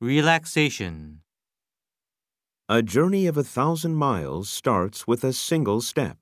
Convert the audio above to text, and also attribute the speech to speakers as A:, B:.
A: Relaxation.
B: A journey of a thousand miles starts with a single step.